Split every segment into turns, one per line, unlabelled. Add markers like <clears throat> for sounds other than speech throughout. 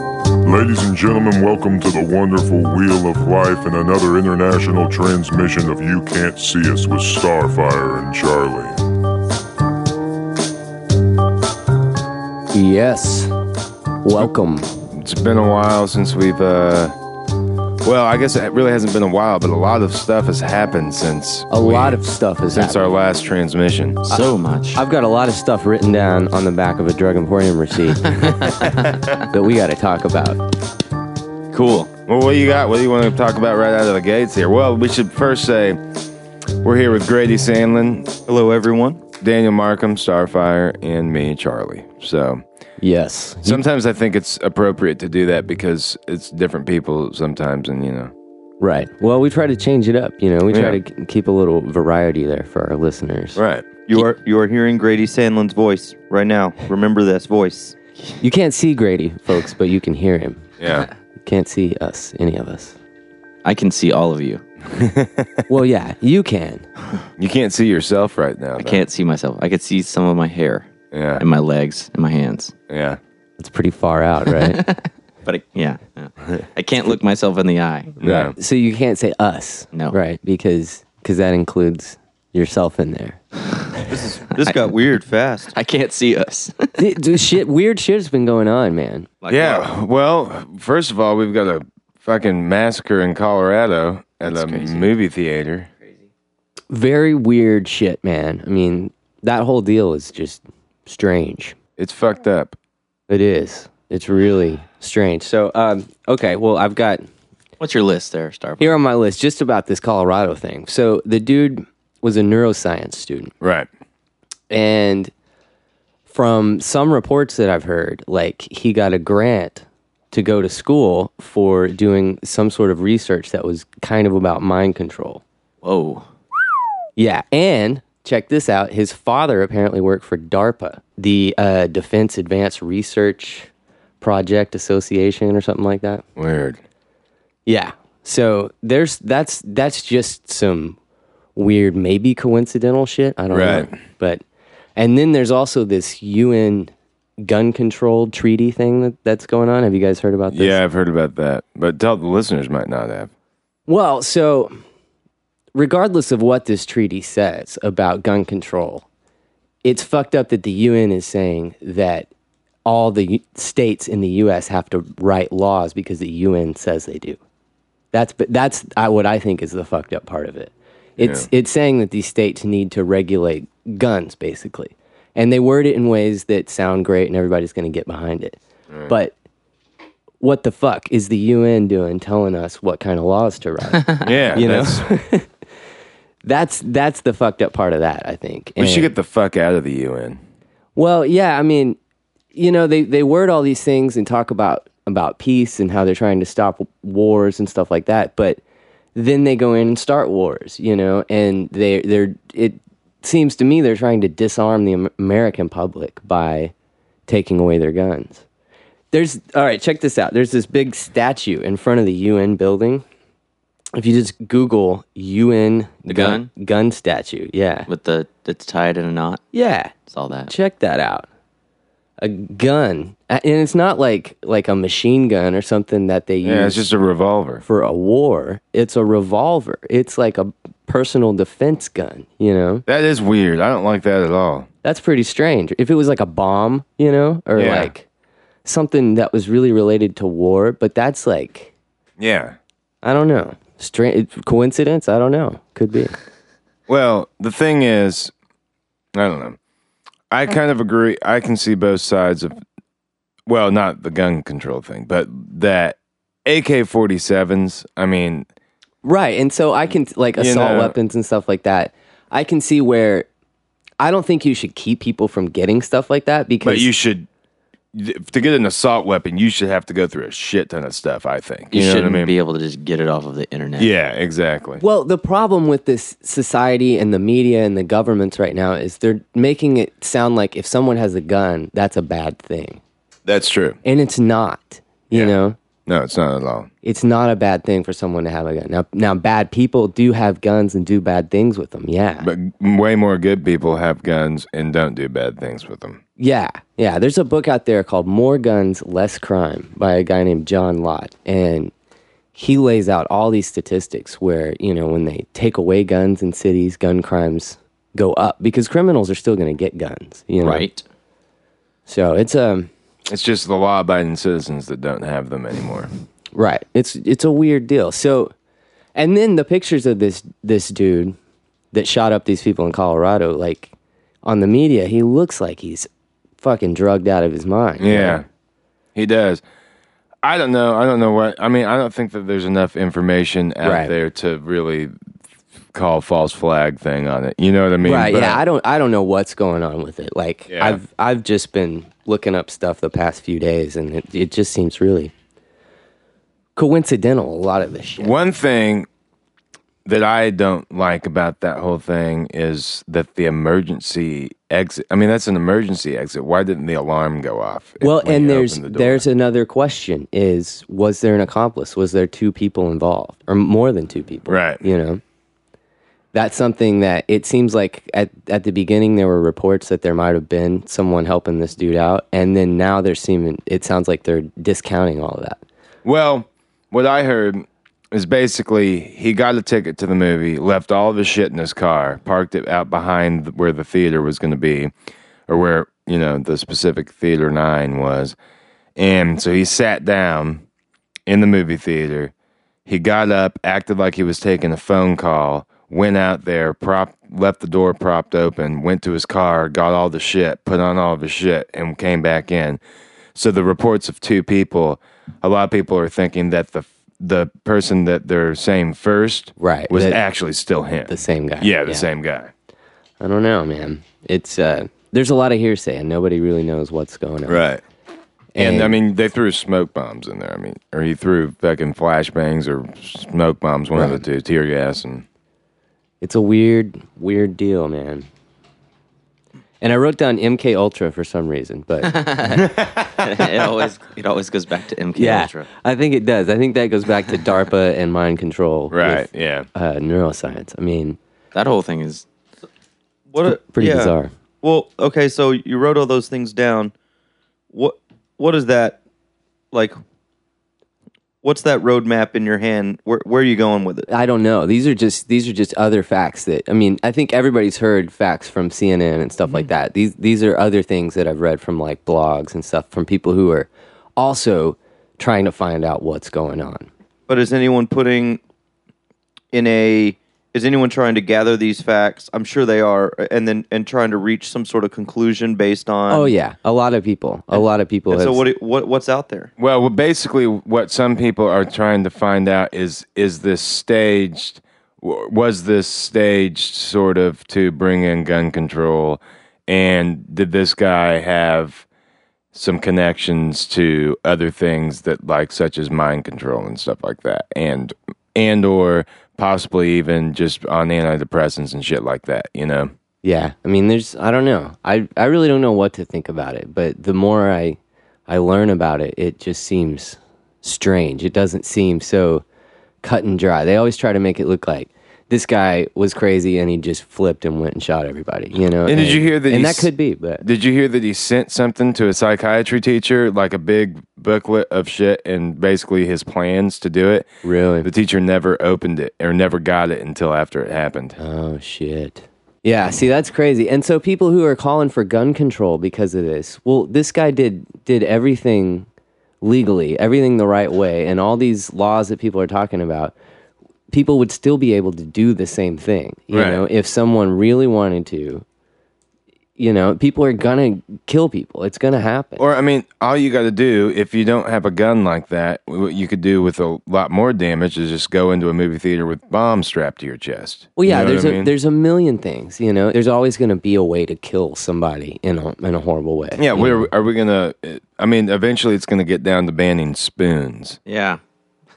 Ladies and gentlemen, welcome to the wonderful Wheel of Life and another international transmission of You Can't See Us with Starfire and Charlie.
Yes. Welcome.
It's been a while since we've, uh, well, I guess it really hasn't been a while, but a lot of stuff has happened since
A lot of stuff has
since our
happened.
last transmission.
so much.
I've got a lot of stuff written down on the back of a drug emporium
<laughs>
receipt that we got to talk about.
Cool. Well, what do you got? What do you want to talk about right out of the gates here? Well, we should first say we're here with Grady Sandlin,
Hello, everyone.
Daniel Markham, Starfire, and me, Charlie. So
Yes.
sometimes I think it's appropriate to do that because it's different people sometimes, and you know.
Right. Well, we try to change it up. You know, we try
Yeah.
to k- keep a little variety there for our listeners.
Right.
You are you are hearing Grady Sandlin's voice right now. Remember this voice.
You can't see Grady, folks, but you can hear him. <laughs>
Yeah.
You can't see us, any of us.
I can see all of you.
Well, yeah, you can.
You can't see yourself right now.
I can't see myself. I could see some of my hair
Yeah.
and my legs and my hands.
Yeah.
It's pretty far out,
<laughs>
right?
But I, yeah, yeah. I can't look myself in the eye.
Yeah.
so you can't say us.
No.
Right, because cause that includes yourself in there.
This got weird fast.
<laughs> I can't see us.
Th- th- shit, weird shit's been going on, man.
Like, wow.
Yeah. Well, first of all, we've got a fucking massacre in Colorado at a movie theater.
Very weird shit, man. I mean, that whole deal is just strange.
It's fucked up.
It is. It's really strange. So, um, okay, well, I've got
What's your list there, Starbucks?
here on my list just about this Colorado thing. So, the dude was a neuroscience student,
Right.
and from some reports that I've heard, like he got a grant to go to school for doing some sort of research that was kind of about mind control.
Whoa.
Yeah, and check this out. His father apparently worked for DARPA, the uh, Defense Advanced Research Project Association, or something like that.
Weird.
Yeah. So there's that's that's just some weird, maybe coincidental shit. I don't know.
Right.
But and then there's also this UN gun control treaty thing that, that's going on. Have you guys heard about this?
Yeah, I've heard about that, but tell the listeners might not have.
Well, so regardless of what this treaty says about gun control, it's fucked up that the UN is saying that all the u- states in the US have to write laws because the UN says they do. That's but that's I, what I think is the fucked up part of it. It's it's saying that these states need to regulate guns basically. And they word it in ways that sound great and everybody's going to get behind it. But what the fuck is the UN doing telling us what kind of laws to write?
Yeah.
You know?
that's-
that's that's the fucked up part of that, I think.
we
And-
should get the fuck out of the UN.
Well, yeah, I mean, you know, they, they word all these things and talk about about peace and how they're trying to stop wars and stuff like that, but then they go in and start wars, you know, and they they're it seems to me they're trying to disarm the Am- American public by taking away their guns. There's all right, check this out. There's this big statue in front of the UN building. If you just Google UN the
gun?
gun statue, yeah,
With the that's tied in a knot.
yeah,
It's all that.
check that out a gun and it's not like like a machine gun or something that they
Yeah,
use
it's just a revolver.
for a war it's a revolver it's like a personal defense gun you know
That is weird. I don't like that at all.
that's pretty strange if it was like a bomb you know or
Yeah.
like something that was really related to war but that's like
Yeah.
i don't know strange coincidence i don't know could be
Well, the thing is, I don't know. I kind of agree. I can see both sides of, well, not the gun control thing, but that AK 47s, I mean,
Right. And so I can like
You
assault
know-
weapons and stuff like that. I can see where I don't think you should keep people from getting stuff like that because
but you should, to get an assault weapon, you should have to go through a shit ton of stuff, I think.
You,
You, know
shouldn't
what I mean?
be able to just get it off of the internet.
yeah, exactly.
well, the problem with this society and the media and the governments right now is they're making it sound like if someone has a gun, that's a bad thing.
That's true.
And it's not. You know?
No, it's not at all.
It's not a bad thing for someone to have a gun. Now now bad people do have guns and do bad things with them. Yeah.
But way more good people have guns and don't do bad things with them.
Yeah, yeah. There's a book out there called More Guns, Less Crime by a guy named John Lott. And he lays out all these statistics where, you know, when they take away guns in cities, gun crimes go up because criminals are still going to get guns, you know?
right? <laughs>
So it's um
It's just the law-abiding citizens that don't have them anymore.
right. It's it's a weird deal. So and then the pictures of this this dude that shot up these people in Colorado like on the media, he looks like he's fucking drugged out of his mind.
Yeah, he does. I don't know. I don't know what. I mean, I don't think that there's enough information out
Right.
there to really call false flag thing on it. You know what I mean?
Right.
But-
yeah. I don't. I don't know what's going on with it. Like
Yeah.
I've I've just been looking up stuff the past few days, and it, it just seems really coincidental. A lot of this shit.
One thing that I don't like about that whole thing is that the emergency exit. I mean, that's an emergency exit. Why didn't the alarm go off? if-
Well,
when
and
you
there's
opened the door?
there's another question: is was there an accomplice? Was there two people involved, or more than two people?
Right.
You know, that's something that it seems like at at the beginning there were reports that there might have been someone helping this dude out, and then now they're seeming. It sounds like they're discounting all of that.
Well, what I heard is basically he got a ticket to the movie, left all of his shit in his car, parked it out behind where the theater was going to be, or where, you know, the specific Theater 9 was. And so he sat down in the movie theater. He got up, acted like he was taking a phone call, went out there, prop, left the door propped open, went to his car, got all the shit, put on all of his shit, and came back in. So the reports of two people, a lot of people are thinking that the the person that they're saying first,
Right,
was
that-
actually still him.
The same guy.
yeah, the same guy.
I don't know, man. It's uh, there's a lot of hearsay, and nobody really knows what's going on.
Right. And,
And-
I mean, they threw smoke bombs in there. I mean, or he threw fucking flashbangs or smoke bombs, one of the two, tear gas, and
It's a weird, weird deal, man. And I wrote down MK Ultra for some reason, but
it always it always goes back to MK
yeah,
Ultra.
I think it does. I think that goes back to <laughs> DARPA and mind control, with,
right, yeah.
uh, neuroscience. I mean,
That whole thing is
What a,
pretty
yeah.
bizarre.
Well, okay, so you wrote all those things down. What what is that like? What's that roadmap in your hand? Where where are you going with it?
I don't know. These are just these are just other facts that I mean. I think everybody's heard facts from CNN and stuff
Mm-hmm.
like that. These these are other things that I've read from like blogs and stuff from people who are also trying to find out what's going on.
But is anyone putting in a is anyone trying to gather these facts? I'm sure they are, and then and trying to reach some sort of conclusion based on.
Oh yeah, a lot of people. A lot of people.
And
Have,
so what what what's out there?
Well, well, basically, what some people are trying to find out is is this staged? w- Was this staged sort of to bring in gun control? And did this guy have some connections to other things that, like, such as mind control and stuff like that, and and or possibly even just on antidepressants and shit like that? You know?
yeah, I mean, there's. I don't know. I I really don't know what to think about it. But the more I I learn about it, it just seems strange. It doesn't seem so cut and dry. They always try to make it look like this guy was crazy and he just flipped and went and shot everybody. You know?
And did you hear that
And
he
that
s-
could be, but
Did you hear that he sent something to a psychiatry teacher, like a big booklet of shit and basically his plans to do it?
Really?
The teacher never opened it or never got it until after it happened.
Oh shit. Yeah, see that's crazy. And so people who are calling for gun control because of this. Well, this guy did did everything legally, everything the right way, and all these laws that people are talking about, people would still be able to do the same thing, you
Right.
know, if someone really wanted to. You know, people are gonna kill people. It's gonna happen.
Or, I mean, all you got to do if you don't have a gun like that, what you could do with a lot more damage is just go into a movie theater with bombs strapped to your chest.
Well,
You
yeah,
know what
there's
I
a
mean?
there's a million things. You know, there's always going to be a way to kill somebody in a in a horrible way.
Yeah, we're, are we gonna? I mean, eventually it's gonna get down to banning spoons.
yeah,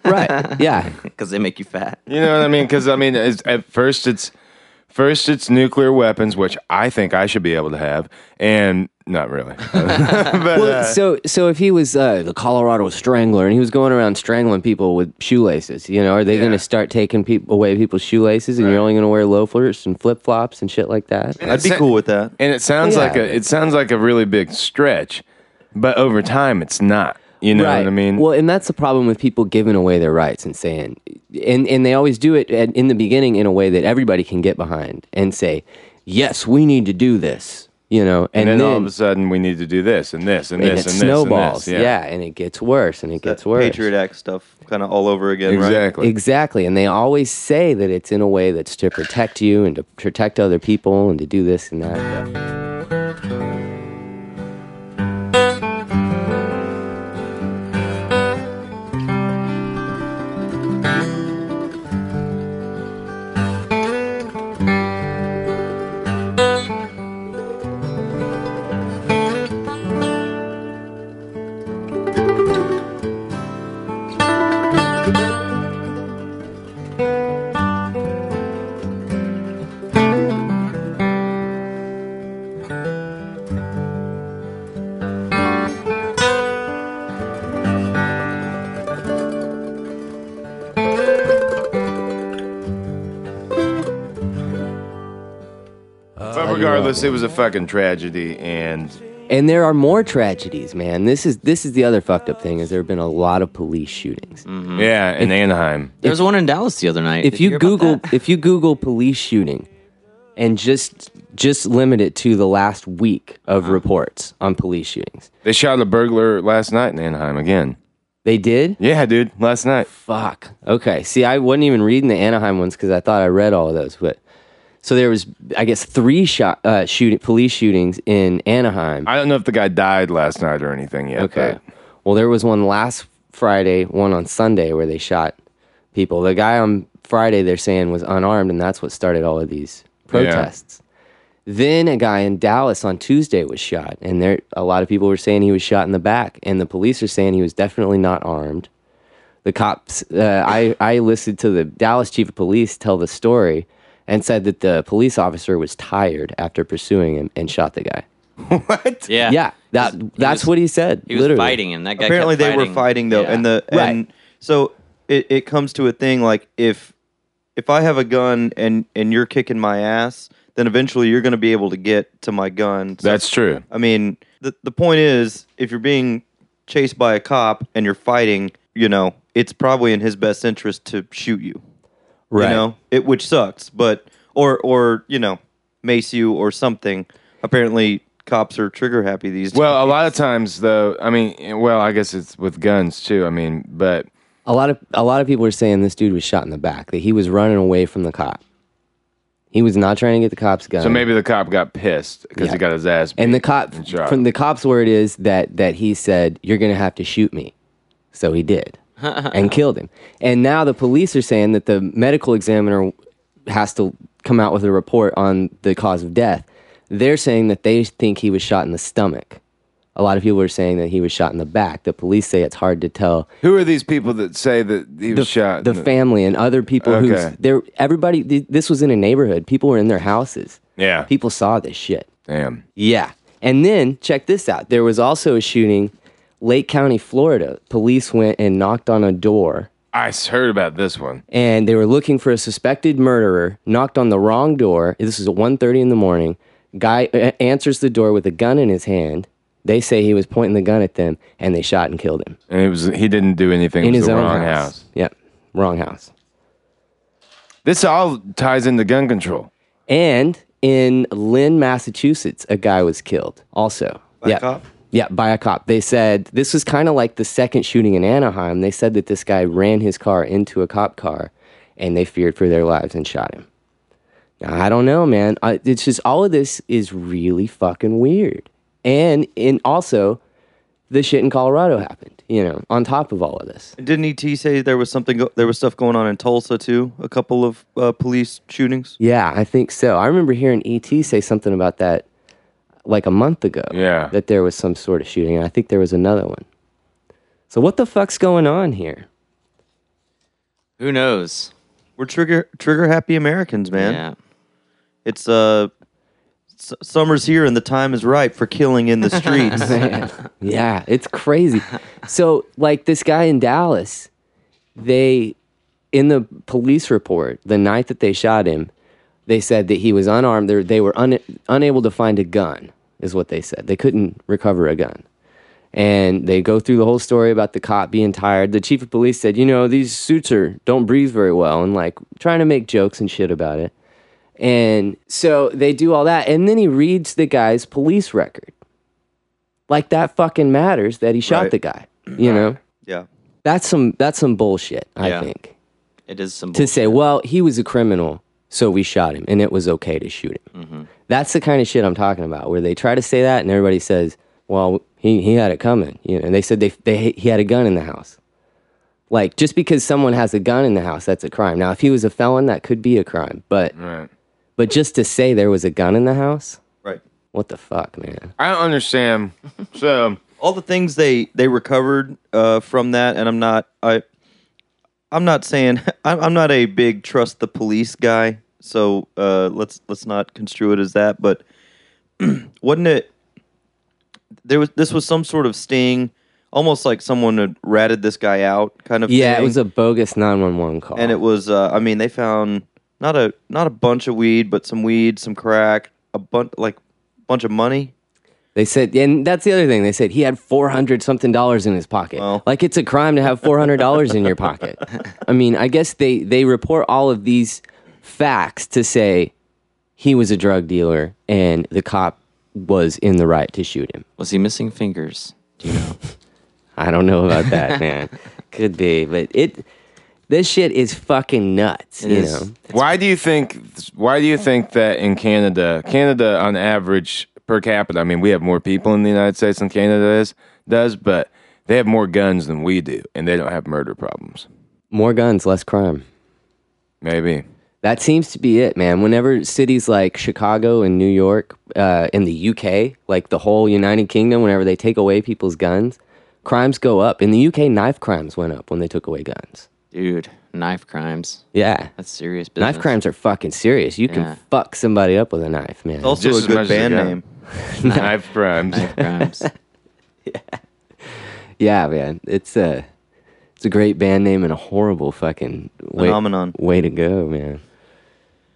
right. Yeah,
<laughs>
because they make you fat.
You know what I mean? Because I mean, it's, at first it's First, it's nuclear weapons, which I think I should be able to have, and not really. <laughs> but,
Well,
uh,
so so if he was uh, the Colorado Strangler and he was going around strangling people with shoelaces, you know, are they going to start taking peop away people's shoelaces and you're only going to wear loafers and flip flops and shit like that?
I'd be cool with that.
and it sounds like a it sounds like a really big stretch, but over time, it's not. You know what I mean?
Well, and that's the problem with people giving away their rights and saying, and and they always do it at, in the beginning in a way that everybody can get behind and say, yes, we need to do this, you know, and,
and then,
then,
all of a sudden, we need to do this and this and,
and
this
it
and
snowballs,
this. and this.
yeah. and it gets worse and it gets
That
worse.
Patriot Act stuff kind of all over again, right?
exactly.
Exactly. And they always say that it's in a way that's to protect you and to protect other people and to do this and that.
But regardless, it was a fucking tragedy, and
And there are more tragedies, man. This is this is the other fucked up thing is there have been a lot of police shootings.
Mm-hmm. yeah, in Anaheim.
There was one in Dallas the other night.
If
Mm. Did
you
hear about
Google
that?
if you Google police shooting and just just limit it to the last week of
Uh-huh.
reports on police shootings.
They shot a burglar last night in Anaheim again.
They did?
Yeah, dude, last night.
Fuck. Okay. See, I wasn't even reading the Anaheim ones because I thought I read all of those. But so there was, I guess, three shot uh, shoot, police shootings in Anaheim.
I don't know if the guy died last night or anything yet.
Okay.
but-
Well, there was one last Friday, one on Sunday where they shot people. The guy on Friday they're saying was unarmed, and that's what started all of these protests. Then a guy in Dallas on Tuesday was shot, and there a lot of people were saying he was shot in the back, and the police are saying he was definitely not armed. The cops, uh, I I listened to the Dallas chief of police tell the story, and said that the police officer was tired after pursuing him and shot the guy.
What?
yeah,
Yeah, that
He was-
that's
he was,
what he said.
He was
literally.
fighting him. That guy
Apparently,
kept
they were fighting though,
Yeah.
and the
Right.
and so it, it comes to a thing like if if I have a gun and and you're kicking my ass, then eventually you're going to be able to get to my gun. So,
That's true.
I mean, the the point is, if you're being chased by a cop and you're fighting, you know, it's probably in his best interest to shoot you.
Right.
You know, it which sucks, but or or you know, mace you or something. Apparently, cops are trigger happy these days.
Well, a lot of times though, I mean, well, I guess it's with guns too. I mean, but
A lot of a lot of people are saying this dude was shot in the back. That he was running away from the cop. He was not trying to get the cop's gun.
so maybe the cop got pissed because he
Yeah.
got his ass.
and the
beat.
cop
shot
from the cop's word is that that he said you're going to have to shoot me. So he
<laughs>
did and killed him. And now the police are saying that the medical examiner has to come out with a report on the cause of death. They're saying that they think he was shot in the stomach. A lot of people are saying that he was shot in the back. The police say it's hard to tell
Who are these people that say that he was
the,
shot?
the family and other people who
Okay.
there everybody th- this was in a neighborhood people were in their houses
yeah.
people saw this shit
Damn.
yeah and then check this out there was also a shooting lake county florida police went and knocked on a door
I s- heard about this one.
and they were looking for a suspected murderer knocked on the wrong door this is at 1.30 in the morning guy uh, answers the door with a gun in his hand they say he was pointing the gun at them and they shot and killed him
And it was he didn't do anything. It
in
was
his
the
own
wrong
house.
house.
yep wrong house
This all ties into gun control.
And in Lynn, Massachusetts, a guy was killed also. By
a cop?
Yeah, by a cop. They said this was kind of like the second shooting in Anaheim. They said that this guy ran his car into a cop car and they feared for their lives and shot him. Now, I don't know, man. I, it's just all of this is really fucking weird. And and also, the shit in Colorado happened, you know, on top of all of this.
Didn't ET say there was something? Go- there was stuff going on in Tulsa too. A couple of uh, police shootings.
Yeah, I think so. I remember hearing ET say something about that like a month ago.
Yeah.
That there was some sort of shooting. And I think there was another one. So what the fuck's going on here?
Who knows?
We're trigger trigger happy Americans, man.
Yeah.
It's uh, s- summer's here and the time is ripe for killing in the streets.
<laughs> yeah, it's crazy. So, like this guy in Dallas, they in the police report the night that they shot him, they said that he was unarmed. They they were un, unable to find a gun, is what they said. They couldn't recover a gun. And they go through the whole story about the cop being tired. The chief of police said, "You know, these suits are don't breathe very well," and like trying to make jokes and shit about it. And so they do all that, and then he reads the guy's police record like that fucking matters that he shot
Right.
the guy you know
yeah.
that's some that's some bullshit i
Yeah.
think
It is some.
to say well he was a criminal so we shot him and it was okay to shoot him
Mm-hmm.
that's the kind of shit i'm talking about where they try to say that and everybody says well he, he had it coming you know and they said they, they he had a gun in the house like just because someone has a gun in the house that's a crime now if he was a felon that could be a crime but
Right.
but just to say there was a gun in the house
Right.
what the fuck man
I
<laughs>
don't understand. So
all the things they they recovered uh, from that, and I'm not I, I'm not saying <laughs> I'm, I'm not a big trust the police guy, so uh, let's let's not construe it as that. But <clears throat> wasn't it there was this was some sort of sting, almost like someone had ratted this guy out, kind of.
yeah it
thing.
was a bogus 911 call
and it was uh, I mean they found not a not a bunch of weed, but some weed, some crack, a bunch like bunch of money.
They said, and that's the other thing. They said he had four hundred something dollars in his pocket.
Well.
Like it's a crime to have four hundred dollars in your
<laughs>
pocket. I mean, I guess they they report all of these facts to say he was a drug dealer and the cop was in the right to shoot him.
Was he missing fingers? Do you know?
I don't know about
<laughs>
that, man. Could be, but it this shit is fucking nuts.
It
you
is.
know,
why do you think why do you think that in Canada, Canada on average per capita, I mean we have more people in the United States than Canada is, does, but they have more guns than we do and they don't have murder problems.
more guns, less crime.
Maybe.
That seems to be it, man. Whenever cities like Chicago and New York, uh, in the UK, like the whole United Kingdom, whenever they take away people's guns, crimes go up. In the UK, knife crimes went up when they took away guns.
Dude, knife crimes.
Yeah.
That's serious business.
Knife crimes are fucking serious. You
Yeah.
can fuck somebody up with a knife, man.
Also
Just as
a
much
good
as a
band
gun.
name.
Knife crimes.
<laughs>
Knife crimes.
Yeah, man. It's a it's a great band name and a horrible fucking way,
Phenomenon.
way to go, man.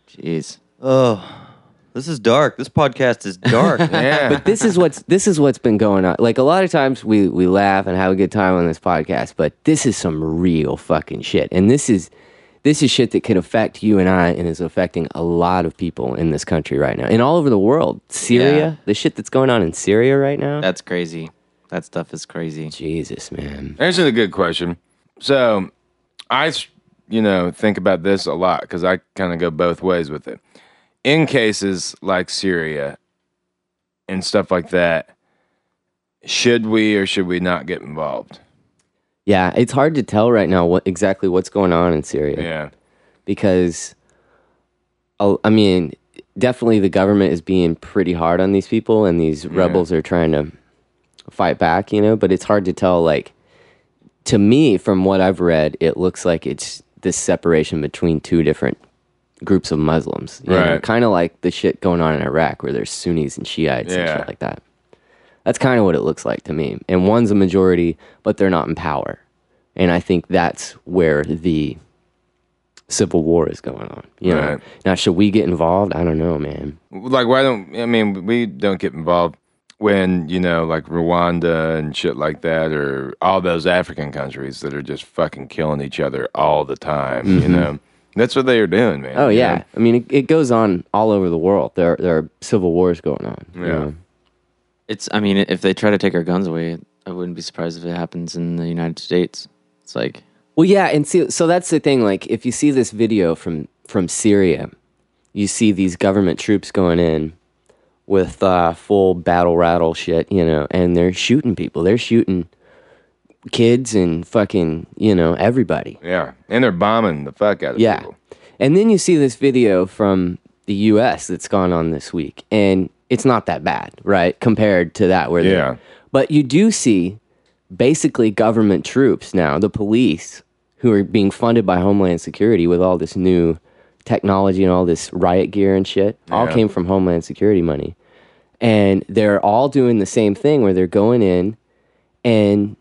Jeez.
Oh, this is dark. This podcast
<laughs>
is dark.
Yeah.
this is what's this is what's been going on. Like a lot of times we we laugh and have a good time on this podcast, but this is some real fucking shit. And this is this is shit that could affect you and I and is affecting a lot of people in this country right now and all over the world. Syria,
Yeah.
the shit that's going on in Syria right now.
That's crazy. That stuff is crazy.
Jesus, man.
This is a good question. So, I, s- you know, think about this a lot because I kind of go both ways with it. In cases like Syria and stuff like that, should we or should we not get involved?
Yeah, it's hard to tell right now what exactly what's going on in Syria.
Yeah.
because oh, I mean, definitely the government is being pretty hard on these people, and these rebels are trying to fight back, you know. But it's hard to tell. Like to me, from what I've read, it looks like it's this separation between two different groups of Muslims, you know,
Right.
kind of like the shit going on in Iraq, where there's Sunnis and Shiites and
Yeah.
shit like that. That's kind of what it looks like to me. And one's a majority, but they're not in power. And I think that's where the civil war is going on. You know?
Right.
Now, should we get involved? I don't know, man.
Like, why don't, I mean, we don't get involved when, you know, like Rwanda and shit like that or all those African countries that are just fucking killing each other all the time, you know? That's what they are doing, man.
Mm-hmm. Oh
you
yeah,
know?
I mean, it, it goes on all over the world. There, are, there are civil wars going on. you
Yeah.
know?
It's. I mean, if they try to take our guns away, I wouldn't be surprised if it happens in the United States. It's like
Well, yeah, and see, so that's the thing. Like, if you see this video from from Syria, you see these government troops going in with uh, full battle rattle shit, you know, and they're shooting people. They're shooting kids and fucking, you know, everybody.
Yeah, and they're bombing the fuck out of
Yeah.
people.
And then you see this video from the US that's gone on this week, and it's not that bad, right? Compared to that where
Yeah.
they're but you do see basically government troops now, the police, who are being funded by Homeland Security with all this new technology and all this riot gear and shit all
Yeah.
came from Homeland Security money. And they're all doing the same thing where they're going in and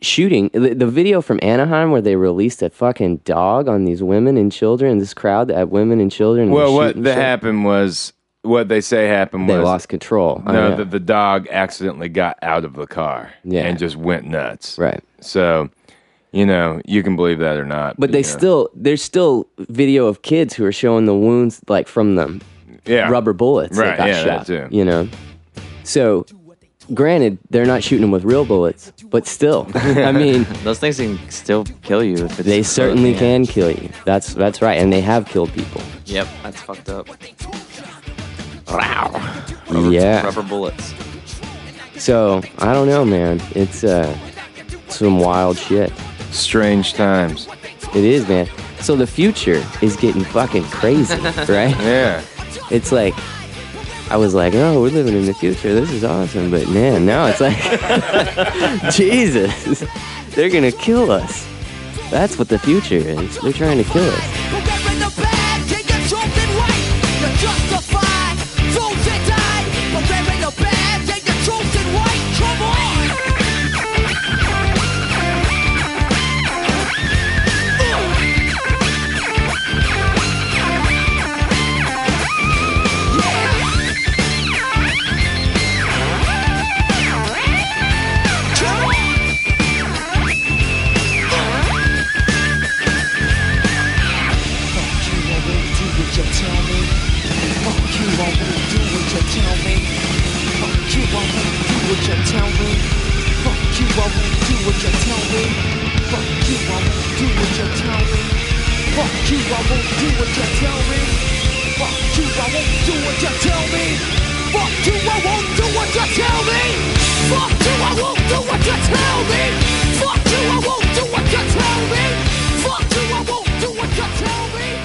shooting. The, the video from Anaheim where they released a fucking dog on these women and children, this crowd that had women and children. and
Well,
was
what
shooting
that
shit.
happened was what they say happened
They
was
lost control. I
no,
know.
that the dog accidentally got out of the car
Yeah.
and just went nuts.
right.
So, you know, you can believe that or not.
But they
you know.
still, there's still video of kids who are showing the wounds like from them.
yeah.
rubber bullets
Right,
that got
yeah, that
shot.
too.
You know, so granted, they're not shooting them with real bullets, but
<laughs>
still, I mean,
Those things can still kill you if it's
they certainly can kill you. That's that's right, and they have killed people.
Yep, that's fucked up.
yeah.
Rubber bullets.
So I don't know, man. It's uh, some wild shit.
strange times.
It is, man. So the future is getting fucking
<laughs>
crazy, right?
Yeah.
It's like. I was like, oh, we're living in the future. This is awesome. But man, now it's like, <laughs> Jesus, they're going to kill us. That's what the future is. They're trying to kill us.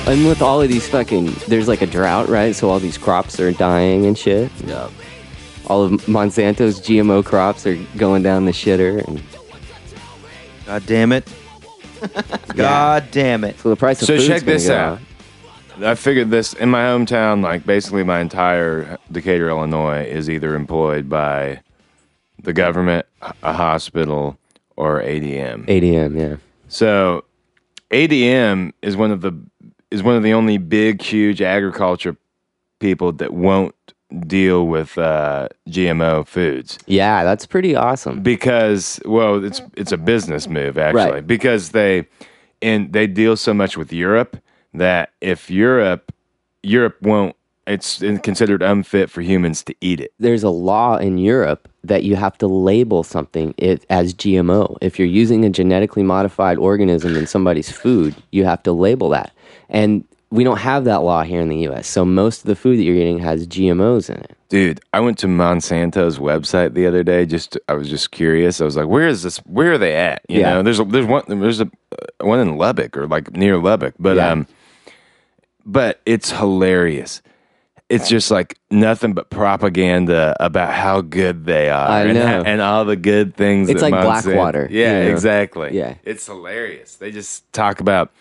And with all of these fucking, there's like a drought, right? So all these crops are dying and shit.
Yep.
All of Monsanto's GMO crops are going down the shitter. And
God
<laughs>
damn it. God damn it.
so the price of
So
food's
check
gonna
this
go
out. I figured this in my hometown, like basically my entire Decatur, Illinois, is either employed by the government, a hospital, or ADM.
ADM, yeah.
So ADM is one of the is one of the only big, huge agriculture people that won't deal with uh, GMO foods
Yeah, that's pretty awesome.
because well, it's it's a business move actually
Right.
because they and they deal so much with Europe that if Europe Europe won't it's considered unfit for humans to eat it.
there's a law in Europe that you have to label something it, as GMO. If you're using a genetically modified organism in somebody's food, you have to label that. And we don't have that law here in the US. So most of the food that you're getting has GMOs in it.
Dude, I went to Monsanto's website the other day. Just I was just curious. I was like, "Where is this? Where are they at?" You
Yeah.
know, there's a, there's one there's a uh, one in Lubbock or like near Lubbock, but
Yeah.
um, but it's hilarious. It's just like nothing but propaganda about how good they are.
I
and,
know.
ha- and all the good things.
It's
that
like
Monsanto-
Blackwater,
Yeah,
you know?
exactly.
Yeah.
it's hilarious. They just talk about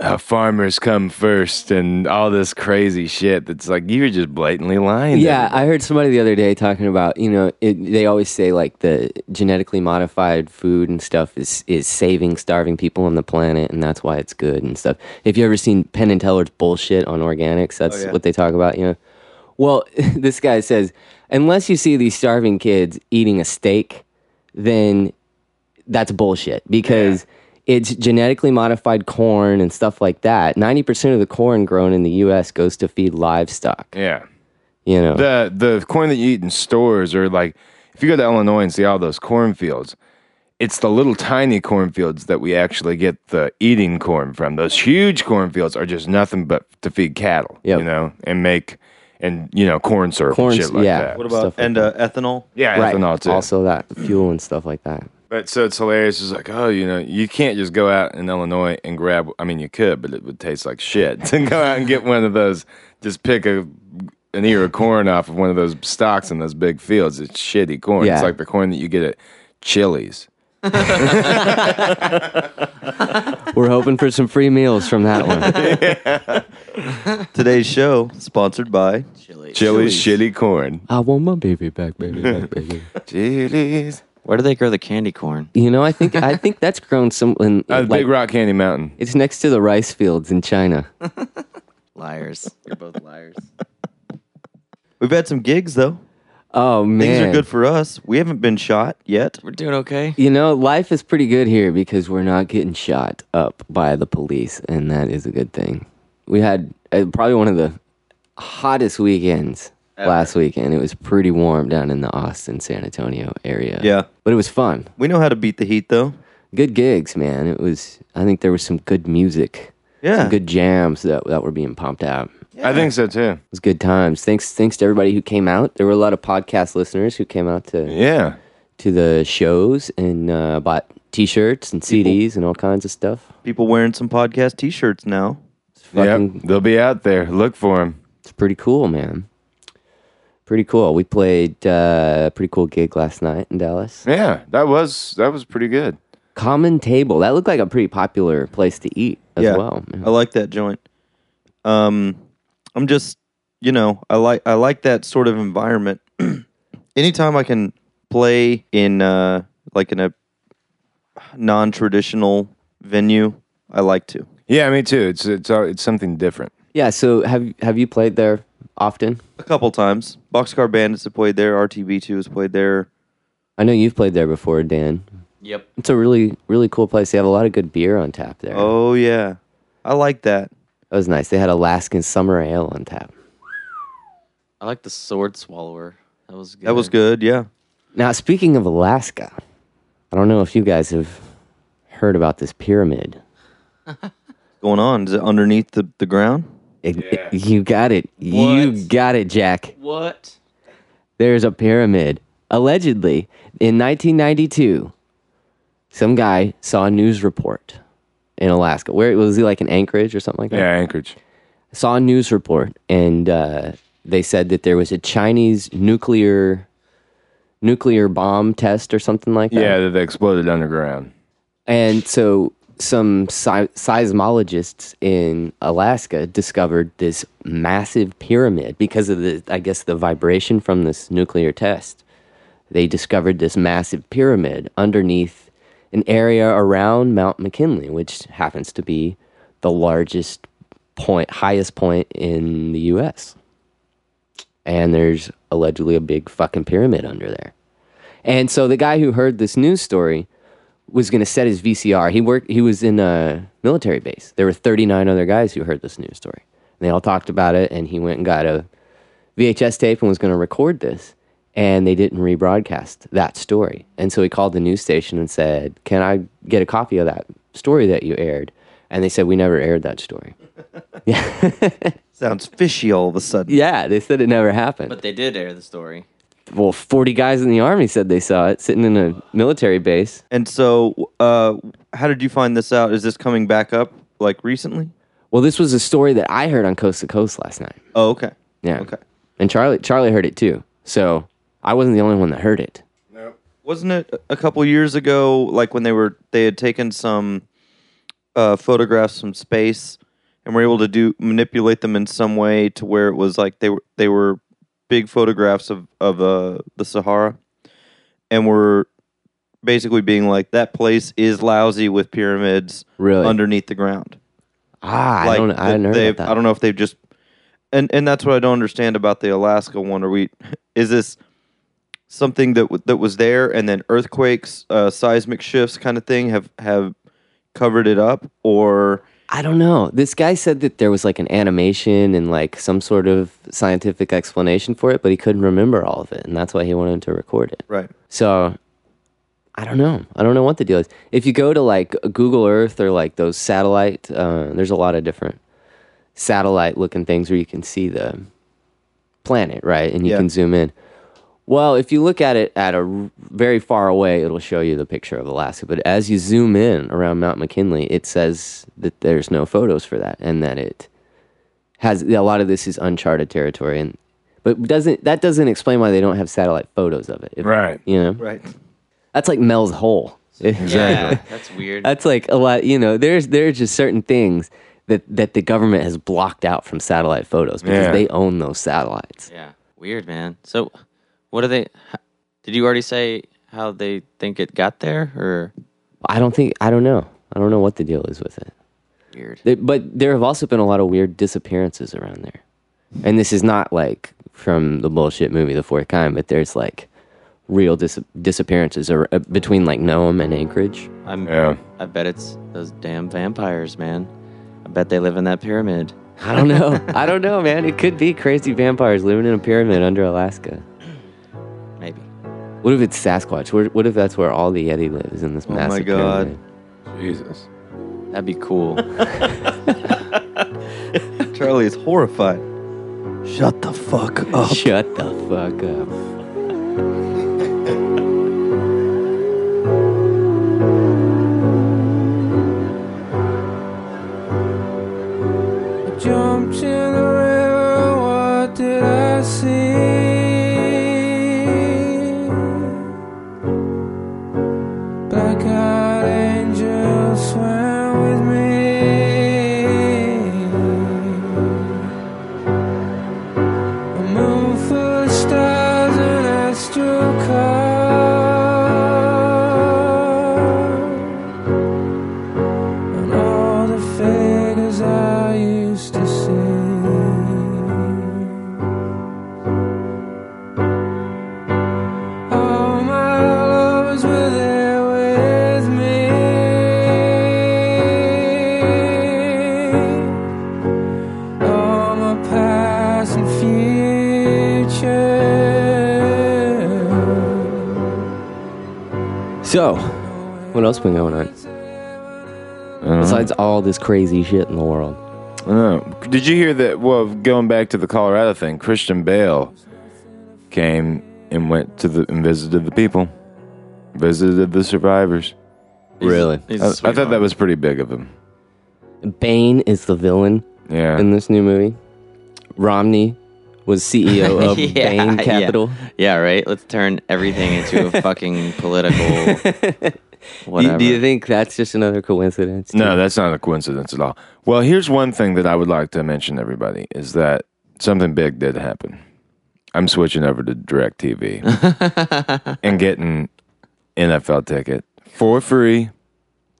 how farmers come first and all this crazy shit. That's like you're just blatantly lying. to
Yeah, I heard somebody the other day talking about, you know, it, they always say like the genetically modified food and stuff is, is saving starving people on the planet and that's why it's good and stuff. If you ever seen Penn and Teller's bullshit on organics, that's what they talk about, you know. Well, <laughs> this guy says, unless you see these starving kids eating a steak, then that's bullshit because it's genetically modified corn and stuff like that. 90% of the corn grown in the US goes to feed livestock,
Yeah.
you know.
The the corn that you eat in stores or like if you go to Illinois and see all those cornfields, it's the little tiny cornfields that we actually get the eating corn from. Those huge cornfields are just nothing but to feed cattle,
Yep.
you know, and make and you know corn syrup
Corn
and shit
s-
like
yeah.
that.
What about
Stuff like
and uh, ethanol?
yeah,
right.
ethanol too.
Also that fuel and stuff like that.
But so it's hilarious. It's like, oh, you know, you can't just go out in Illinois and grab. I mean, you could, but it would taste like shit <laughs> to go out and get one of those. Just pick a an ear of corn off of one of those stalks in those big fields. It's shitty corn.
Yeah.
It's like the corn that you get at Chili's.
We're hoping for some free meals from that
<laughs>
one.
Today's show sponsored by
Chili.
Chili's shitty corn.
I want my baby back, baby back, baby.
Chili's.
Where do they grow the candy corn?
You know, I think I think that's grown some in,
Uh,
like,
Big Rock Candy Mountain.
It's next to the rice fields in China.
Liars. You're both liars.
We've had some gigs though.
Oh man,
Things are good for us. We haven't been shot yet.
We're doing okay.
you know, life is pretty good here because we're not getting shot up by the police, and that is a good thing. We had uh, probably one of the hottest weekends last weekend. It was pretty warm down in the Austin, San Antonio area.
Yeah.
but it was fun.
We know how to beat the heat though.
Good gigs, man. It was. I think there was some good music,
Yeah.
some good jams that that were being pumped out.
I think so too.
It was good times. Thanks, thanks to everybody who came out. There were a lot of podcast listeners who came out to
Yeah.
to the shows and uh, bought T-shirts and CDs and all kinds of stuff.
People wearing some podcast T-shirts now.
It's
Yep.
fucking,
They'll be out there. Look for them.
it's pretty cool, man. Pretty cool. We played uh, a pretty cool gig last night in Dallas.
Yeah. That was that was pretty good.
Common Table. That looked like a pretty popular place to eat as
yeah.
well. man.
I like that joint. Um, I'm just, you know, I like I like that sort of environment. <clears throat> Anytime I can play in uh, like in a non-traditional venue, I like to.
Yeah, me too. It's it's uh, it's something different.
Yeah. So have have you played there often?
A couple times, Boxcar Bandits have played there. RTB2 has played there.
I know you've played there before, Dan.
Yep.
It's a really really cool place. They have a lot of good beer on tap there.
Oh yeah, I like that.
That was nice. They had Alaskan Summer Ale on tap.
I like the sword swallower. That was good.
That was good. Yeah,
Now, speaking of Alaska, I don't know if you guys have heard about this pyramid.
What's going on is it underneath the, the ground?
It- it- you got it. You
What?
got it, Jack.
What?
There's a pyramid. Allegedly, in 1992, some guy saw a news report in Alaska. Where was he like in Anchorage or something like that?
Yeah, Anchorage.
Saw a news report and uh, they said that there was a Chinese nuclear nuclear bomb test or something like that.
Yeah, that they exploded underground.
And so some se- seismologists in Alaska discovered this massive pyramid because of the, I guess, the vibration from this nuclear test. They discovered this massive pyramid underneath an area around Mount McKinley, which happens to be the largest point, highest point in the U.S. And there's allegedly a big fucking pyramid under there. And so the guy who heard this news story was going to set his VCR. He worked. He was in a military base. There were 39 other guys who heard this news story. And they all talked about it, and he went and got a VHS tape and was going to record this. And they didn't rebroadcast that story. And so he called the news station and said, "Can I get a copy of that story that you aired?" And they said, "We never aired that story."
Sounds fishy all of a sudden.
Yeah, they said it never happened.
But they did air the story.
well, 40 guys in the army said they saw it sitting in a military base.
And so, uh, how did you find this out? Is this coming back up like recently?
Well, this was a story that I heard on Coast to Coast last night.
Oh, okay.
Yeah.
Okay.
And Charlie Charlie heard it too. So I wasn't the only one that heard it.
Wasn't it a- a couple years ago, like when they were they had taken some uh, photographs from space and were able to do manipulate them in some way to where it was like they were they were big photographs of of uh, the Sahara and were basically being like that place is lousy with pyramids
Really?
underneath the ground.
Ah, I
like
don't. I
that
didn't heard
they've-
about that.
I don't know if they've just and and that's what I don't understand about the Alaska one. Are we is this something that w- that was there and then earthquakes, uh, seismic shifts, kind of thing have have covered it up or
I don't know. This guy said that there was like an animation and like some sort of scientific explanation for it, but he couldn't remember all of it, and that's why he wanted to record it.
right?
So I don't know. I don't know what the deal is. If you go to like Google Earth or like those satellite, uh, there's a lot of different satellite looking things where you can see the planet, right? And you
Yeah.
can zoom in. Well, if you look at it at a r- very far away, it'll show you the picture of Alaska. But as you zoom in around Mount McKinley, it says that there's no photos for that and that it has a lot of this is uncharted territory and but doesn't that doesn't explain why they don't have satellite photos of it. If-
Right.
You know?
Right.
That's like Mel's Hole.
Exactly.
That's
<laughs>
weird.
That's like a lot. You know, there's there's just certain things that that the government has blocked out from satellite photos because
Yeah.
they own those satellites.
yeah. Weird, man. So, what are they? h- Did you already say how they think it got there, or
I don't think I don't know. I don't know what the deal is with it.
weird?
There- but there have also been a lot of weird disappearances around there, and this is not like from the bullshit movie The Fourth Kind, but there's like real dis- disappearances ar- uh, between like Nome and Anchorage.
I'm.
Yeah.
I bet it's those damn vampires, man. I bet they live in that pyramid.
I don't know. I don't know, man. It could be crazy vampires living in a pyramid under Alaska.
Maybe.
What if it's Sasquatch? Where, what if that's where all the Yeti lives in this
Oh my
massive
God.
pyramid?
Jesus.
That'd be cool. <laughs>
Charlie is horrified. Shut the fuck up.
Shut the fuck up.
jumped in the river, what did I see? Black eyed angels swam with me. A moon full of stars and astral cars and all the figures I used to see. All my lovers were there with me. All my past and future.
So, what else been going on besides all this crazy shit in the world?
Oh, did you hear that? Well, going back to the Colorado thing, Christian Bale came and went to the and visited the people, visited the survivors.
Really?
He's a
I, I thought
sweetheart.
that was pretty big of him.
Bane is the villain
Yeah,
in this new movie. Romney was CEO
<laughs>
of
Yeah,
Bain
yeah.
Capital.
Yeah, right? Let's turn everything into a fucking political
Do you-
whatever.
Do you think that's just another coincidence?
no, that's not a coincidence at all. Well, here's one thing that I would like to mention, to everybody, is that something big did happen. I'm switching over to Directv
<laughs>
and getting NFL ticket for free.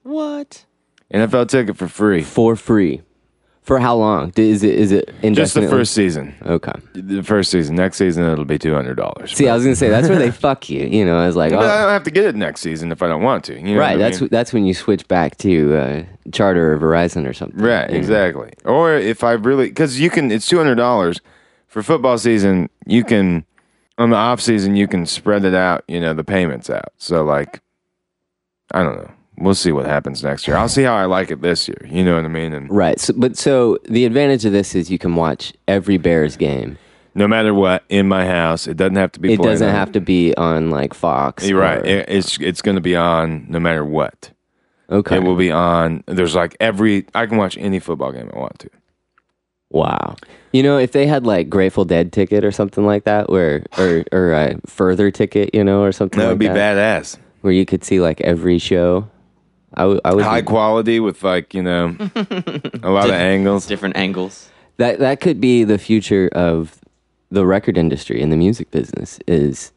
what?
NFL ticket for free.
For free. For how long? D- Is it is it indefinitely?
Just the first season.
Okay.
the first season. Next season, it'll be two hundred dollars.
See, I was gonna say that's where they <laughs> fuck you. You know, I was like,
but I
oh,
don't have to get it next season if I don't want to. You know
right.
what I
That's
mean?
that's when you switch back to uh, Charter or Verizon or something.
right.
you know.
Exactly. Or if I really, because you can, it's two hundred dollars for football season. You can on the off season, you can spread it out. You know the payments out. So like, I don't know. We'll see what happens next year. I'll see how I like it this year. You know what I mean? And
Right. So, but so the advantage of this is you can watch every Bears game.
no matter what, in my house, it doesn't have to be.
it
played
doesn't
on-
have to be on like Fox.
You're right.
or-
It- it's it's going to be on no matter what.
okay.
It will be on. There's like every. I can watch any football game I want to.
wow. You know, if they had like Grateful Dead ticket or something like that, where or or uh, further ticket, you know, or something
That
like
would be
that,
badass.
where you could see like every show. I would. I would
High
be-
quality with like you know a <laughs> lot of
It's
angles.
different angles.
that that could be the future of the record industry and the music business is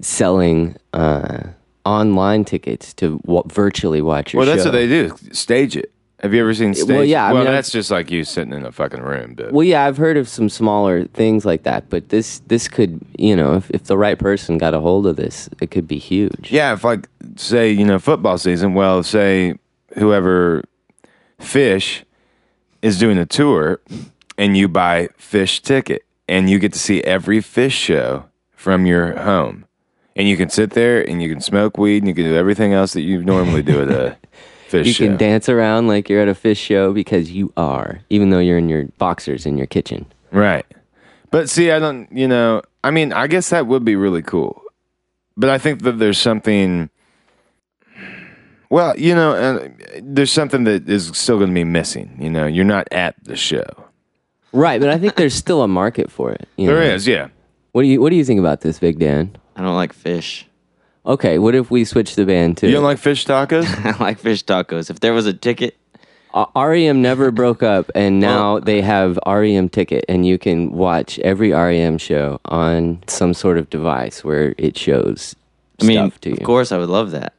selling uh, online tickets to w- virtually watch your
Well, that's
show.
what they do. Stage it. Have you ever seen stage?
yeah, I
Well,
mean, I-
that's just like you sitting in a fucking room. But
Well, yeah, I've heard of some smaller things like that, but this this could, you know, if, if the right person got a hold of this, it could be huge.
yeah, if like say you know football season. Well, say whoever Fish is doing a tour, and you buy Fish ticket, and you get to see every Fish show from your home, and you can sit there and you can smoke weed and you can do everything else that you normally do at <laughs> a Fish
You
show.
can dance around like you're at a fish show because you are, even though you're in your boxers in your kitchen.
Right. But see, I don't, you know, I mean, I guess that would be really cool. But I think that there's something, well, you know, uh, there's something that is still going to be missing. You know, you're not at the show.
Right, but I think there's still a market for it. You
There
know?
is, yeah.
What do you What do you think about this, Big Dan?
I don't like fish.
Okay, what if we switch the band to
You don't like fish tacos?
<laughs> I like fish tacos. If there was a ticket,
Uh, REM never broke up, and now they have REM Ticket, and you can watch every REM show on some sort of device where it shows
I mean,
stuff to you.
of course, I would love that.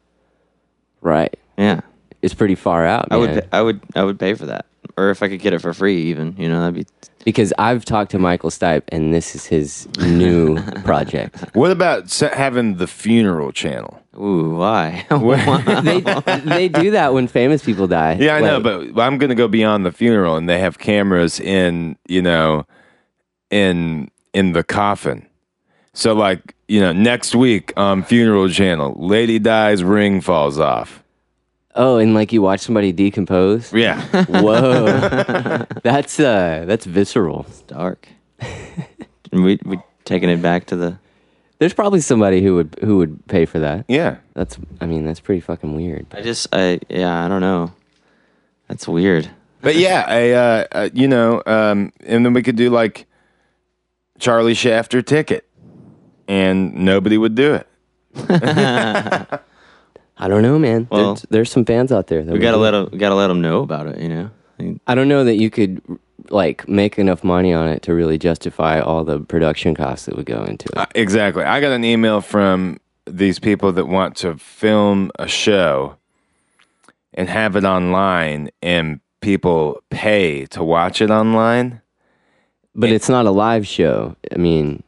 Right?
Yeah,
It's pretty far out,
I would.
man.
pa- I would. I would pay for that, or if I could get it for free, even. You know, that'd be.
because I've talked to Michael Stipe, and this is his
<laughs>
new project.
<laughs> What about se- having the funeral channel?
Ooh, why? <laughs>
they they do that when famous people die.
Yeah, I know,
Like,
but I'm going to go beyond the funeral, and they have cameras in, you know, in in the coffin. So, like, you know, next week on Funeral Channel, lady dies, ring falls off.
oh, and like you watch somebody decompose.
Yeah,
Whoa,
<laughs>
that's uh, that's visceral.
dark. and we we taking it back to the.
There's probably somebody who would who would pay for that.
<laughs> yeah.
That's I mean that's pretty fucking weird.
I just I yeah I don't know. That's weird.
But yeah, I, uh, uh, you know, um, and then we could do like Charlie Shafter ticket, and nobody would do it.
I don't know, man.
Well-
there's, there's some fans out there. That
We
would
gotta
do
let
it.
them. Gotta let 'em know about it. <laughs> You know. I mean,
I don't know that you could like make enough money on it to really justify all the production costs that would go into it.
Uh, Exactly. I got an email from these people that want to film a show and have it online, and people pay to watch it online.
But it's not a live show. I mean,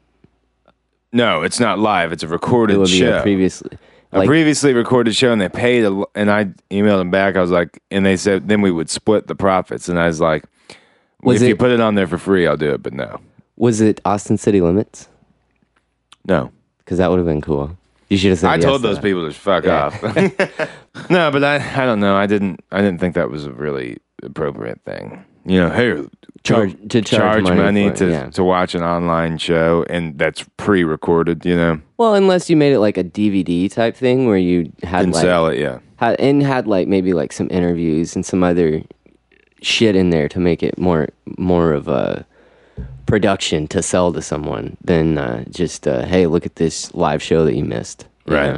No, it's not live. It's a
it
recorded
would be
show.
a previously
a
like
previously recorded show and they paid a, l- and I emailed them back. I was like, and they said then we would split the profits, and I was like, well,
Was
if you
it-
put it on there for free, I'll do it, but no,
was it Austin City Limits?
no.
Because that would have been cool. You should have said.
I
yes
told
to
those
that.
people to fuck off. uh, <laughs> no, but I, I don't know. I didn't I didn't think that was a really appropriate thing. You know, hey,
Charge-
go-
to charge money for it,
to
yeah.
to watch an online show and that's pre-recorded. You know,
Well, unless you made it like a DVD type thing where you had
and
like
sell it. Yeah,
had, and had like maybe like some interviews and some other shit in there to make it more more of a production to sell to someone than uh, just uh, hey look at this live show that you missed you
Right.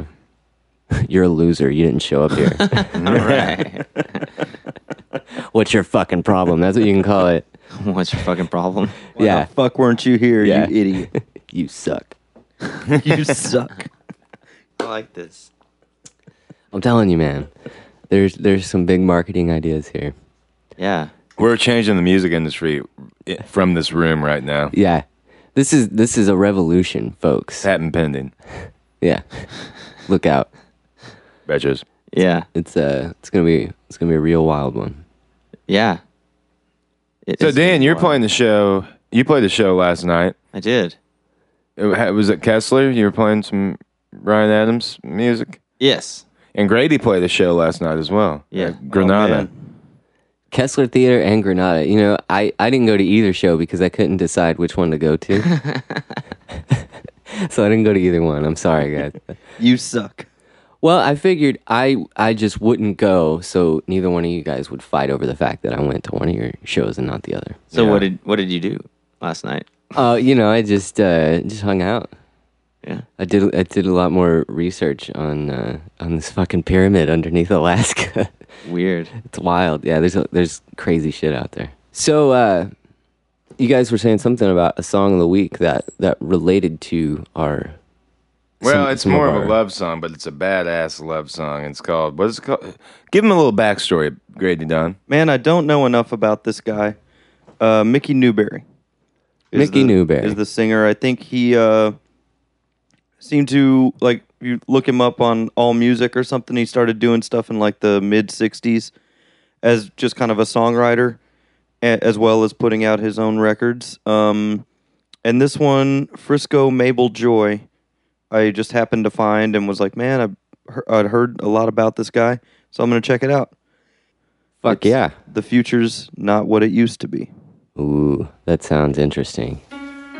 know? <laughs> you're a loser you didn't show up here
<laughs>
right. <laughs>
what's your fucking problem that's what you can call it
What's your fucking problem?
yeah
Fuck, weren't you here,
Yeah.
you idiot?
<laughs> you suck
<laughs> you suck.
I like this.
I'm telling you man there's there's some big marketing ideas here
Yeah.
we're changing the music industry i- from this room right now.
yeah this is this is a revolution folks
Patent pending,
yeah <laughs> look out
bitches.
Yeah.
It's uh, it's gonna be it's gonna be a real wild one.
Yeah. It
So
is-
Dan, you're
wow.
playing the show. You played the show last night.
I did.
It wa- was it Kessler? You were playing some Ryan Adams music.
Yes.
And Grady played the show last night as well.
Yeah.
at Granada.
Kessler Theater and Granada. You know, I I didn't go to either show because I couldn't decide which one to go to. <laughs> so I didn't go to either one. I'm sorry, guys.
You suck.
well, I figured I I just wouldn't go, so neither one of you guys would fight over the fact that I went to one of your shows and not the other.
So
Yeah.
what did what did you do last night?
Uh, you know, I just uh just hung out.
Yeah.
I did I did a lot more research on uh, on this fucking pyramid underneath Alaska. <laughs>
Weird.
It's wild. Yeah, there's there's crazy shit out there. So uh you guys were saying something about a song of the week that that related to our
Well,
some-
it's
some
more
of
of a
our-
love song, but it's a badass love song. It's called what is it called? Give him a little backstory, Grady Don.
Man, I don't know enough about this guy. Uh, Mickey Newberry. is
Mickey
the-
Newberry.
is the singer. I think he uh, seemed to like you look him up on All Music or something. He started doing stuff in like the mid '60s as just kind of a songwriter, a- as well as putting out his own records. Um, and this one, Frisco Mabel Joy, I just happened to find and was like, man, I, I'd heard a lot about this guy, so I'm gonna check it out.
fuck
It's-
yeah.
The future's not what it used to be.
Ooh, that sounds interesting.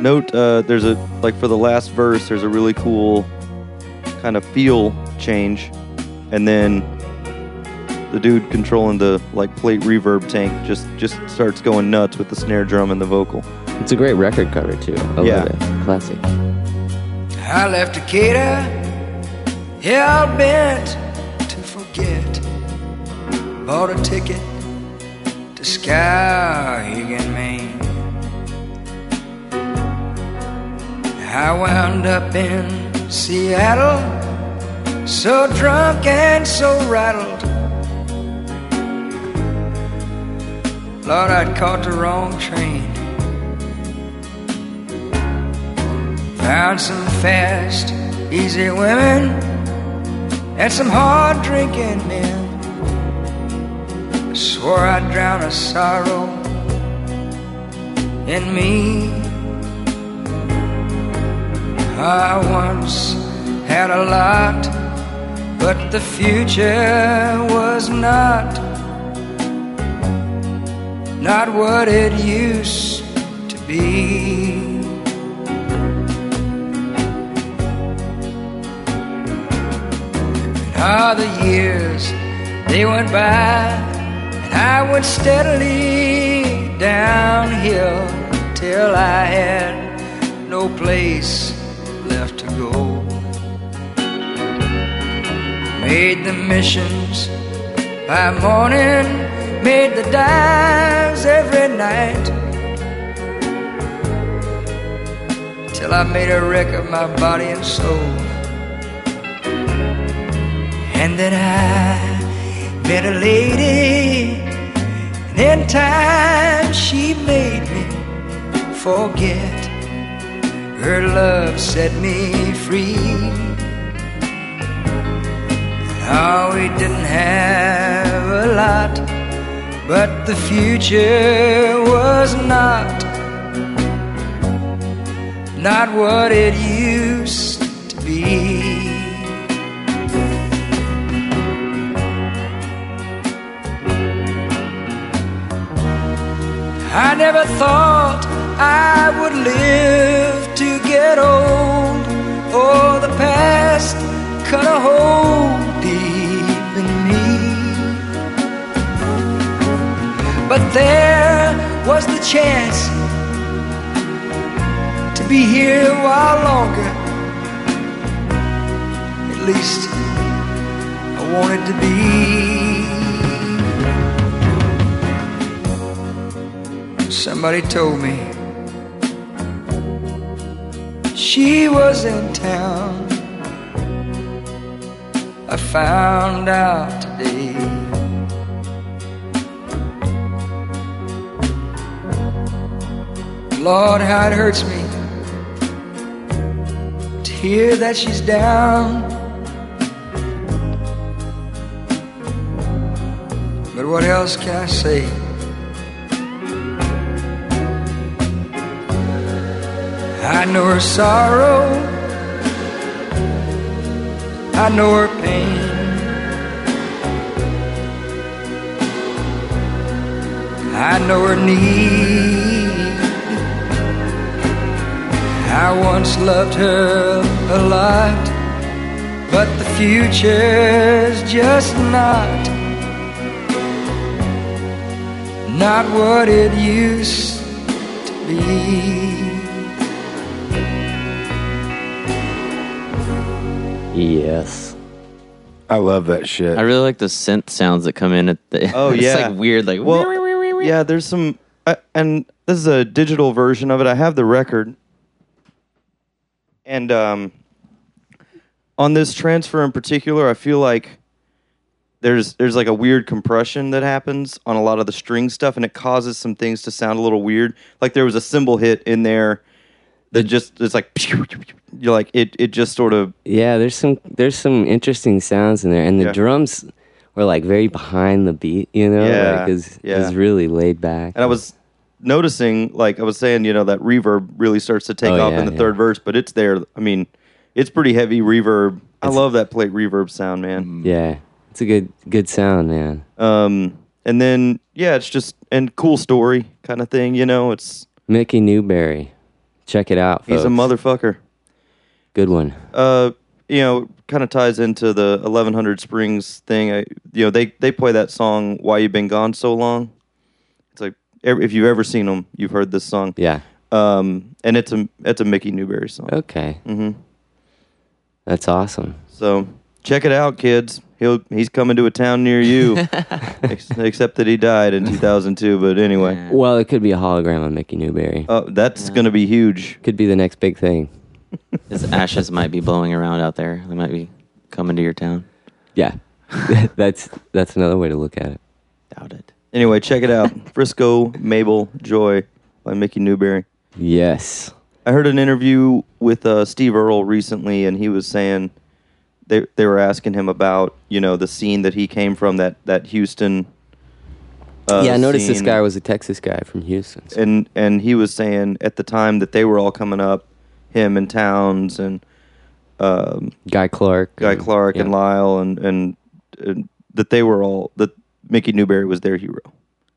Note, uh, there's a like for the last verse, there's a really cool kind of feel change, and then the dude controlling the like plate reverb tank just just starts going nuts with the snare drum and the vocal.
It's a great record cover too. I
Yeah.
love it. Classic.
I left Decatur
hell bent to forget. Bought a ticket to Skowhegan, Maine. I wound up in Seattle, so drunk and so rattled. Lord, I'd caught the wrong train. Found some fast, easy women and some hard drinking men. Swore I'd drown a sorrow in me. I once had a lot, but the future was not, not what it used to be. Ah, the years they went by, and I went steadily downhill till I had no place left to go. Made the missions by morning, made the dives every night. Till I made a wreck of my body and soul. And then I met a lady, and in time she made me forget. Her love set me free. Oh, we didn't have a lot, but the future was not, not what it used to be. I never thought I would live to get old. Oh, the past cut a hole deep in me. But there was the chance to be here a while longer. At least I wanted to be. Somebody told me she was in town. I found out today. Lord, how it hurts me to hear that she's down. But what else can I say? I know her sorrow. I know her pain. I know her need. I once loved her a lot, but the future's just not not what it used to be.
Yes.
I love that shit.
I really like the synth sounds that come in at the. <laughs>
Oh,
it's
yeah.
like weird. Like
Well, yeah, there's some, I and this is a digital version of it. I have the record, and um, on this transfer in particular, I feel like there's there's like a weird compression that happens on a lot of the string stuff, and it causes some things to sound a little weird. Like there was a cymbal hit in there that just it's like <laughs> you're like it it just sort of
Yeah, there's some there's some interesting sounds in there, and the
Yeah.
drums were like very behind the beat. You know,
Yeah,
like it's
yeah.
it's really laid back.
And I was noticing, like I was saying, you know, that reverb really starts to take
Oh,
off
yeah,
in the
yeah.
third verse, but it's there. I mean, it's pretty heavy reverb. I love that plate reverb sound, man.
yeah, it's a good good sound, man.
Um, and then yeah, it's just and cool story kind of thing, you know. It's
Mickey Newberry, check it out.
he's a
folks.
motherfucker.
Good one.
Uh, you know, kind of ties into the 1100 Springs thing. I, you know, they they play that song "Why You Been Gone So Long." It's like ev- if you've ever seen them, you've heard this song.
Yeah.
Um, and it's a it's a Mickey Newberry song.
Okay. Mm-hmm. That's awesome.
So check it out, kids. He'll he's coming to a town near
<laughs>
you.
<laughs>
Ex- Except that he died in 2002. But anyway,
Yeah.
Well, it could be a hologram of Mickey Newberry.
uh, that's going to be huge.
could be the next big thing.
His ashes might be blowing around out there. They might be coming to your town.
Yeah, <laughs> that's that's another way to look at it.
Doubt it.
<laughs> Anyway, check it out. Frisco Mabel Joy by Mickey Newberry.
Yes.
I heard an interview with uh, Steve Earle recently, and he was saying they they were asking him about you know the scene that he came from that that Houston. Uh,
yeah, I noticed this
scene.
guy was a Texas guy from Houston. so-
and and he was saying at the time that they were all coming up, him and Towns and um,
Guy Clark.
Guy
and-
Clark and
yeah.
Lyle and, and and that they were all that Mickey Newberry was their hero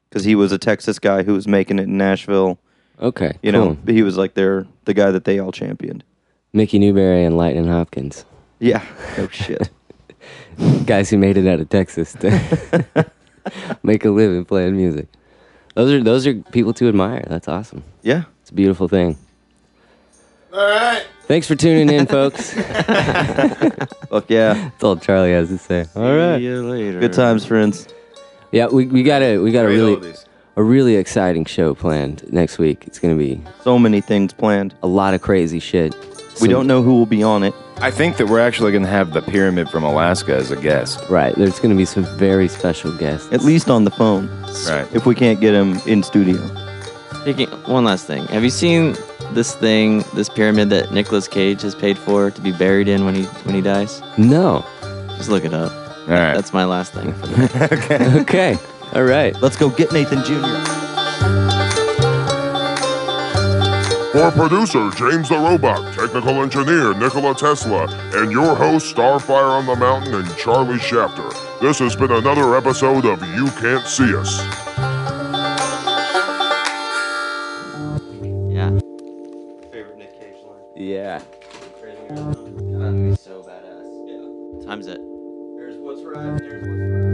because he was a Texas guy who was making it in Nashville.
Okay.
You know,
Hmm.
he was like their the guy that they all championed.
Mickey Newberry and Lightning Hopkins,
Yeah.
<laughs>
Oh shit.
guys who made it out of Texas to
<laughs>
<laughs> make a living playing music. Those are those are people to admire. That's awesome.
<laughs> Yeah.
It's a beautiful thing. All right. Thanks for tuning in, folks. That's
Fuck yeah.
all Charlie has to say. All right.
See you later.
Good times, friends.
Yeah, we, we got a we got a really a really exciting show planned next week. It's gonna be
So many things planned.
a lot of crazy shit.
We don't know who will be on it.
I think that we're actually going to have the pyramid from Alaska as a guest.
Right. There's gonna be some very special guests.
At least on the phone.
Right.
If we can't get him in studio.
Speaking, one last thing. Have you seen this thing, this pyramid that Nicolas Cage has paid for to be buried in when he when he dies?
No. <laughs>
Just look it up.
All right.
That's my last thing. For
<laughs>
the night.
Okay. All right.
Let's go get Nathan Jr.
For producer James the Robot, technical engineer Nikola Tesla, and your host Starfire on the Mountain and Charlie Shafter, this has been another episode of You Can't See Us.
yeah.
Favorite Nick Cage line.
Yeah.
That'd be so badass. Yeah. Times it.
There's what's right, there's what's right.